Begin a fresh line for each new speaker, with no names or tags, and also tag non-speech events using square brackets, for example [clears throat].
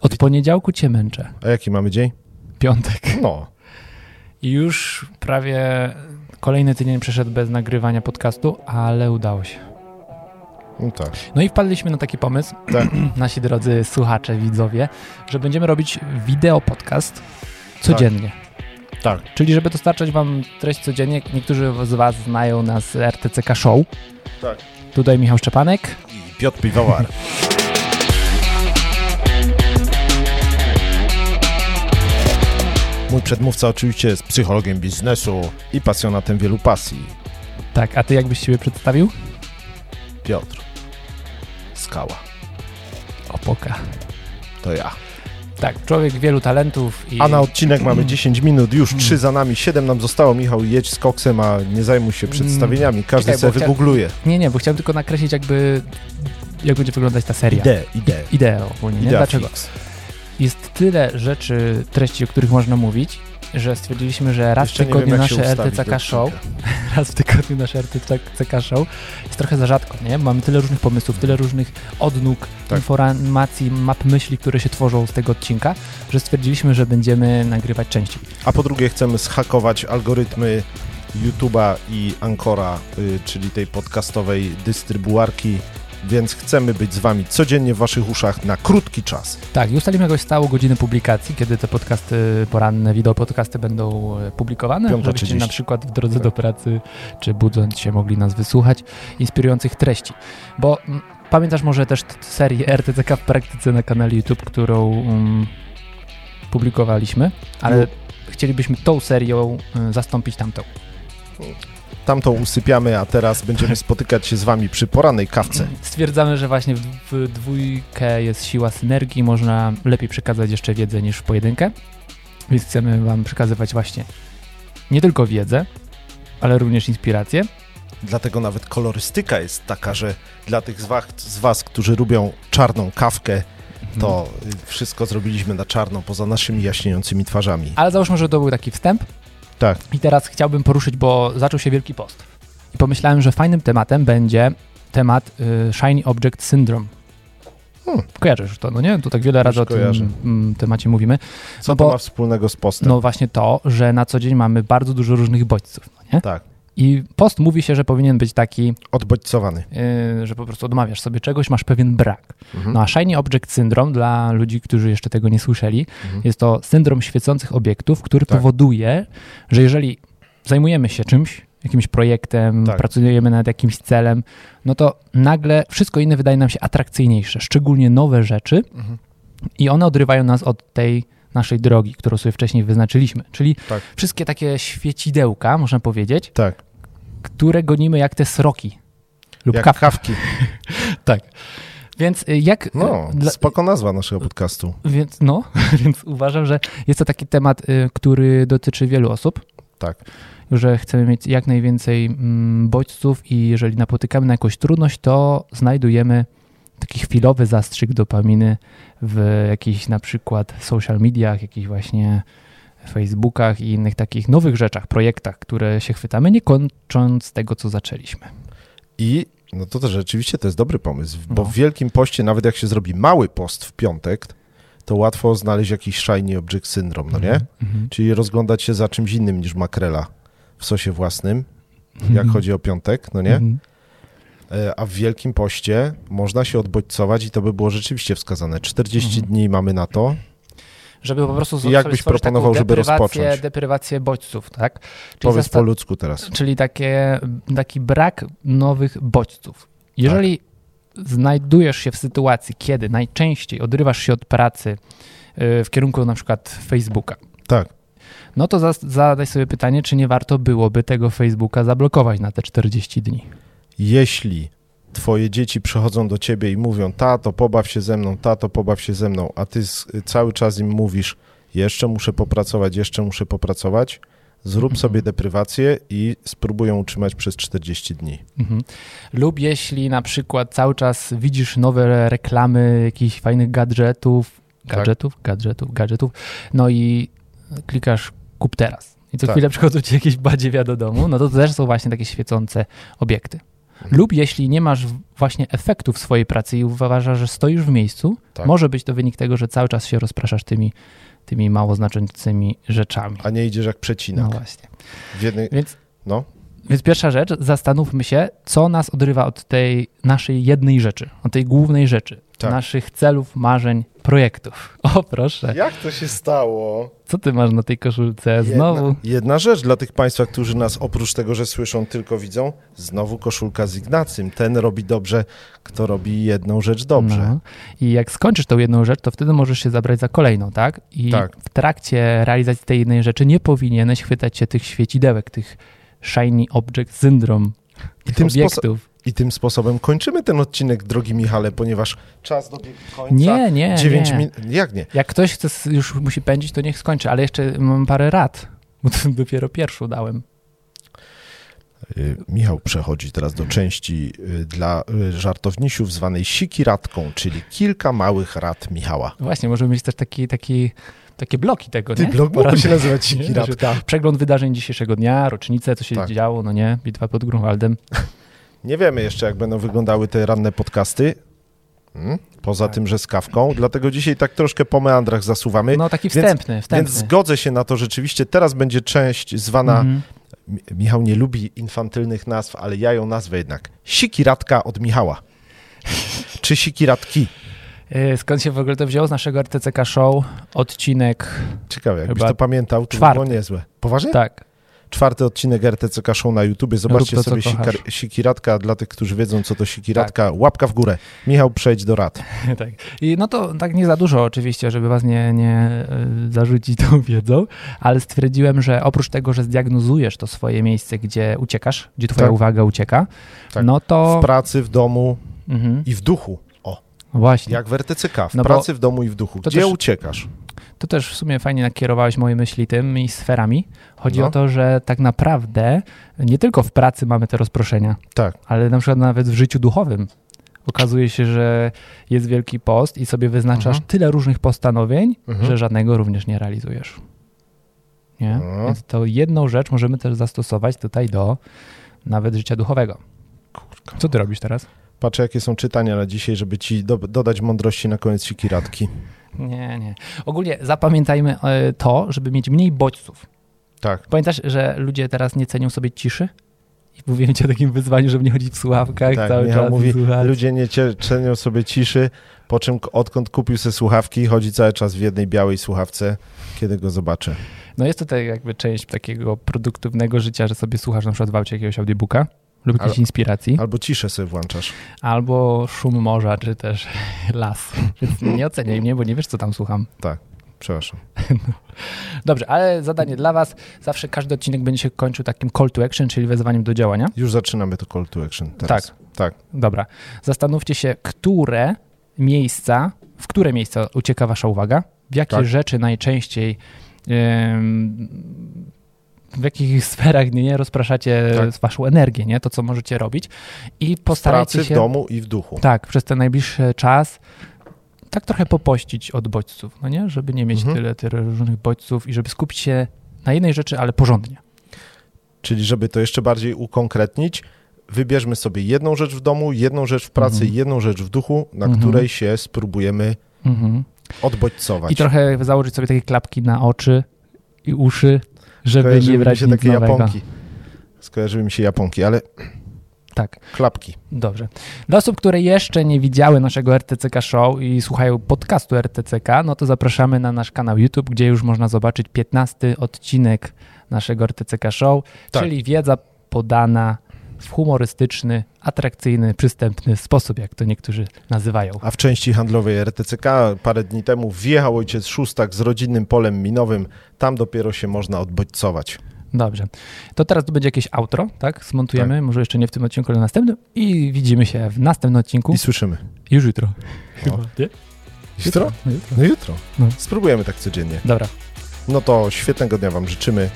Od poniedziałku cię męczę.
A jaki mamy dzień?
Piątek.
No.
I już prawie kolejny tydzień przeszedł bez nagrywania podcastu, ale udało się.
no tak.
No i wpadliśmy na taki pomysł,
Tak.
[clears throat] nasi drodzy słuchacze, widzowie, że będziemy robić wideo podcast codziennie.
Tak.
Czyli żeby dostarczać wam treść codziennie, niektórzy z was znają nas z RTCK Show.
Tak.
Tutaj Michał Szczepanek.
I Piotr Piwowar. Mój przedmówca oczywiście jest psychologiem biznesu i pasjonatem wielu pasji.
Tak, a ty jakbyś siebie przedstawił?
Piotr. Skała.
Opoka.
To ja.
Tak, człowiek wielu talentów i...
A na odcinek mamy 10 minut, już 3 za nami, 7 nam zostało. Michał, jedź z koksem, a nie zajmuj się przedstawieniami. Każdy
Mm. Czekaj,
sobie
bo chcia-
wygoogluje.
Nie, nie, bo chciałem tylko nakreślić jakby, jak będzie wyglądać ta seria.
Idę, idę.
Idea ogólnie, nie?
Idea
Dlaczego?
fix.
Jest tyle rzeczy, treści, o których można mówić, że stwierdziliśmy, że raz
Jeszcze
w
nie wiem,
tygodniu
jak się
nasze
ustawić do
RTCK Show,
odcinka.
[laughs] raz w tygodniu nasze RTCK Show jest trochę za rzadko, nie? Mamy tyle różnych pomysłów, tyle różnych odnóg,
Tak.
informacji, map myśli, które się tworzą z tego odcinka, że stwierdziliśmy, że będziemy nagrywać częściej.
A po drugie chcemy zhakować algorytmy YouTube'a i Ancora, y, czyli tej podcastowej dystrybuarki, więc chcemy być z wami codziennie w waszych uszach na krótki czas.
Tak, i ustalimy jakąś stałą godzinę publikacji, kiedy te podcasty, poranne wideo podcasty będą e, publikowane,
5.30.
żebyście na przykład w drodze
Tak.
do pracy czy budząc się mogli nas wysłuchać inspirujących treści. Bo mm, pamiętasz może też t- serię RTCK w praktyce na kanale YouTube, którą mm, publikowaliśmy, ale
No.
chcielibyśmy tą serią y, zastąpić tamtą.
Tamtą usypiamy, a
[laughs]
teraz będziemy spotykać się z wami przy porannej kawce.
Stwierdzamy, że właśnie w, w dwójkę jest siła synergii, można lepiej przekazać jeszcze wiedzę niż w pojedynkę. Więc chcemy Wam przekazywać właśnie nie tylko wiedzę, ale również inspirację.
Dlatego nawet kolorystyka jest taka, że dla tych z was, z was którzy lubią czarną kawkę, to
Mhm.
y, wszystko zrobiliśmy na czarno, poza naszymi jaśniejącymi twarzami.
Ale załóżmy, że to był taki wstęp.
Tak.
I teraz chciałbym poruszyć, bo zaczął się Wielki Post. I pomyślałem, że fajnym tematem będzie temat y, Shiny Object Syndrome.
Hmm.
Kojarzysz już to, no nie? Tu tak wiele razy o tym
kojarzę.
mm, temacie mówimy.
Co
no bo-
to ma wspólnego z postem?
No właśnie to, że na co dzień mamy bardzo dużo różnych bodźców, no nie?
Tak,
I post mówi się, że powinien być taki,
odbodźcowany.
yy, że po prostu odmawiasz sobie czegoś, masz pewien brak.
Mhm.
No a Shiny Object Syndrome, dla ludzi, którzy jeszcze tego nie słyszeli,
Mhm.
jest to syndrom świecących obiektów, który
Tak.
powoduje, że jeżeli zajmujemy się czymś, jakimś projektem,
Tak.
pracujemy nad jakimś celem, no to nagle wszystko inne wydaje nam się atrakcyjniejsze, szczególnie nowe rzeczy
Mhm.
i one odrywają nas od tej naszej drogi, którą sobie wcześniej wyznaczyliśmy. Czyli
Tak.
wszystkie takie świecidełka, można powiedzieć,
Tak,
które gonimy jak te sroki lub
jak [laughs]
kawka.
kawki.
Tak. Więc y, jak.
No,
y, dla-
spoko nazwa naszego podcastu.
więc, no, [laughs] więc uważam, że jest to taki temat, y, który dotyczy wielu osób,
Tak.
że chcemy mieć jak najwięcej mm, bodźców i jeżeli napotykamy na jakąś trudność, to znajdujemy taki chwilowy zastrzyk dopaminy w jakichś na przykład social mediach, jakichś właśnie Facebookach i innych takich nowych rzeczach, projektach, które się chwytamy, nie kończąc tego, co zaczęliśmy.
I no to też rzeczywiście to jest dobry pomysł, bo
No.
w Wielkim Poście, nawet jak się zrobi mały post w piątek, to łatwo znaleźć jakiś shiny object syndrom, no nie?
Mhm.
Czyli rozglądać się za czymś innym niż makrela w sosie własnym, jak
Mhm.
chodzi o piątek, no nie?
Mhm.
E, A w Wielkim Poście można się odbodźcować i to by było rzeczywiście wskazane. 40
Mhm.
dni mamy na to.
Żeby po prostu
I jak byś
stworzyć taką
proponował, żeby
deprywację-
rozpocząć?
Deprywację bodźców, tak? Czyli,
Powiedz
zasta-
po ludzku teraz.
czyli takie, taki brak nowych bodźców. Jeżeli znajdujesz się w sytuacji, kiedy najczęściej odrywasz się od pracy y, w kierunku na przykład Facebooka,
Tak,
no to zas- zadaj sobie pytanie, czy nie warto byłoby tego Facebooka zablokować na te 40 dni.
jeśli twoje dzieci przychodzą do ciebie i mówią, tato, pobaw się ze mną, tato, pobaw się ze mną, a ty z, cały czas im mówisz, jeszcze muszę popracować, jeszcze muszę popracować, zrób
Mhm.
sobie deprywację i spróbuj ją utrzymać przez 40 dni.
Mhm. Lub jeśli na przykład cały czas widzisz nowe reklamy jakichś fajnych gadżetów,
Tak.
gadżetów, gadżetów, gadżetów, no i klikasz kup teraz. I co
Tak.
chwilę przychodzą ci jakieś badziewia do domu, no to też są właśnie takie świecące obiekty.
Mhm.
Lub jeśli nie masz w- właśnie efektów swojej pracy i uważasz, że stoisz w miejscu,
Tak.
może być to wynik tego, że cały czas się rozpraszasz tymi, tymi mało znaczącymi rzeczami.
A nie idziesz jak
No
przecinak.
właśnie.
W jednej...
Więc,
No.
więc pierwsza rzecz, zastanówmy się, co nas odrywa od tej naszej jednej rzeczy, od tej głównej rzeczy,
Tak.
naszych celów, marzeń, projektów. O proszę,
Jak to się stało?
co ty masz na tej koszulce E, znowu?
Jedna, jedna rzecz dla tych Państwa, którzy nas oprócz tego, że słyszą, tylko widzą. Znowu koszulka z Ignacym. Ten robi dobrze, kto robi jedną rzecz dobrze.
No. I jak skończysz tą jedną rzecz, to wtedy możesz się zabrać za kolejną, tak? I
Tak.
w trakcie realizacji tej jednej rzeczy nie powinieneś chwytać się tych świecidełek, tych shiny object syndrome, tych
tym sposo-
obiektów.
I tym sposobem kończymy ten odcinek, drogi Michale, ponieważ czas dobiegł końca.
Nie, nie,
9
nie.
minut. Jak nie?
Jak ktoś chce, s- już musi pędzić, to niech skończy, ale jeszcze mam parę rad, [laughs] bo to dopiero pierwszą dałem.
Y, Michał przechodzi teraz do części y, dla y, żartownisiów zwanej sikiratką, czyli kilka małych rad Michała.
No Właśnie, możemy mieć też taki, taki, takie bloki tego,
Ty
nie?
blog mógłby
Poradnie. [laughs]
się nazywać
Nie, że
sikiratka.
Przegląd wydarzeń dzisiejszego dnia, rocznice, co się
Tak.
działo, no nie? Bitwa pod Grunwaldem.
Nie wiemy jeszcze, jak będą wyglądały te ranne podcasty. Hmm?
Tak.
Poza tym, że z kawką. Dlatego dzisiaj tak troszkę po meandrach zasuwamy.
No taki
Więc-
wstępny,
Więc
wstępny.
zgodzę się na to rzeczywiście. Teraz będzie część zwana.
Mhm.
Mi- Michał nie lubi infantylnych nazw, ale ja ją nazwę jednak. Sikiratka od Michała. [laughs] Czy sikiratki?
E, Skąd się w ogóle to wzięło? Z naszego RTCK Show, odcinek,
Ciekawe, jakbyś
Chyba
to pamiętał, to by
czwarty.
było niezłe. Poważnie?
tak,
Czwarty odcinek RTCK Show na YouTubie. Zobaczcie
Rób to, co
sobie sikar,
kochasz.
sikiratka. Dla tych, którzy wiedzą, co to sikiratka, łapka w górę. Michał, przejdź do rad.
[laughs] tak. I no to tak nie za dużo oczywiście, żeby was nie, nie y, zarzucić [laughs] tą wiedzą, ale stwierdziłem, że oprócz tego, że zdiagnozujesz to swoje miejsce, gdzie uciekasz, gdzie twoja
Tak.
uwaga ucieka,
Tak.
no to...
W pracy, w domu
mhm,
i w duchu. O,
właśnie.
jak w RTCK. W
No bo-
pracy, w domu i w duchu.
To
Gdzie
też-
uciekasz?
To też w sumie fajnie nakierowałeś moje myśli tym i sferami. Chodzi
No.
o to, że tak naprawdę nie tylko w pracy mamy te rozproszenia.
Tak.
ale na przykład nawet w życiu duchowym okazuje się, że jest wielki post i sobie wyznaczasz
Mhm.
tyle różnych postanowień,
Mhm.
że żadnego również nie realizujesz. Nie?
Mhm.
Więc to jedną rzecz możemy też zastosować tutaj do nawet życia duchowego.
Kurka.
Co ty robisz teraz?
Patrzę, jakie są czytania na dzisiaj, żeby ci do, dodać mądrości na koniec sikiratki.
Nie, nie. Ogólnie zapamiętajmy e, to, żeby mieć mniej bodźców.
Tak.
Pamiętasz, że ludzie teraz nie cenią sobie ciszy? I mówiłem ci o takim wyzwaniu, żeby nie chodzić w słuchawkach
Tak,
cały
Michał
czas. i
mówi,
słuchać.
Ludzie nie cie- cenią sobie ciszy, po czym k- odkąd kupił sobie słuchawki, chodzi cały czas w jednej białej słuchawce, kiedy go zobaczę.
No jest to tak jakby część takiego produktywnego życia, że sobie słuchasz na przykład w aucie jakiegoś audiobooka lub jakiejś
Ale-
inspiracji,
Albo ciszę sobie włączasz.
albo szum morza, czy też [laughs] las. Więc nie oceniaj mnie, bo nie wiesz, co tam słucham.
Przepraszam.
Dobrze, ale zadanie dla was. Zawsze każdy odcinek będzie się kończył takim call to action, czyli wezwaniem do działania.
Już zaczynamy to call to action teraz. Tak. Tak.
Dobra. Zastanówcie się, które miejsca, w które miejsca ucieka wasza uwaga, w jakie
Tak.
rzeczy najczęściej em, w jakich [laughs] sferach nie, nie rozpraszacie
Tak.
waszą energię, nie? To, co możecie robić. I
W
postarajcie
pracy,
się.
w domu i w duchu.
Tak, przez ten najbliższy czas tak trochę popościć od bodźców, no nie? Żeby nie mieć
Mhm.
tyle, tyle różnych bodźców i żeby skupić się na jednej rzeczy, ale porządnie.
Czyli żeby to jeszcze bardziej ukonkretnić, wybierzmy sobie jedną rzecz w domu, jedną rzecz w pracy,
Mhm.
jedną rzecz w duchu, na
Mhm.
której się spróbujemy
Mhm.
odbodźcować.
I trochę założyć sobie takie klapki na oczy i uszy, żeby
Skojarzyły
nie
mi
brać
się
nic
takie
nowego.
japonki. Skojarzyły mi się japonki, ale
Tak,
klapki.
dobrze. Dla osób, które jeszcze nie widziały naszego RTCK Show i słuchają podcastu RTCK, no to zapraszamy na nasz kanał YouTube, gdzie już można zobaczyć 15 odcinek naszego RTCK Show,
Tak.
czyli wiedza podana w humorystyczny, atrakcyjny, przystępny sposób, jak to niektórzy nazywają.
A w części handlowej RTCK parę dni temu wjechał ojciec szóstak z rodzinnym polem minowym. Tam dopiero się można odbodźcować.
Dobrze. To teraz tu będzie jakieś outro, tak? Zmontujemy, może jeszcze nie w tym odcinku, ale następnym i widzimy się w następnym odcinku
I słyszymy.
już jutro.
No.
Nie?
Jutro?
No jutro.
No jutro.
No.
Spróbujemy tak codziennie.
Dobra.
No to świetnego dnia Wam życzymy.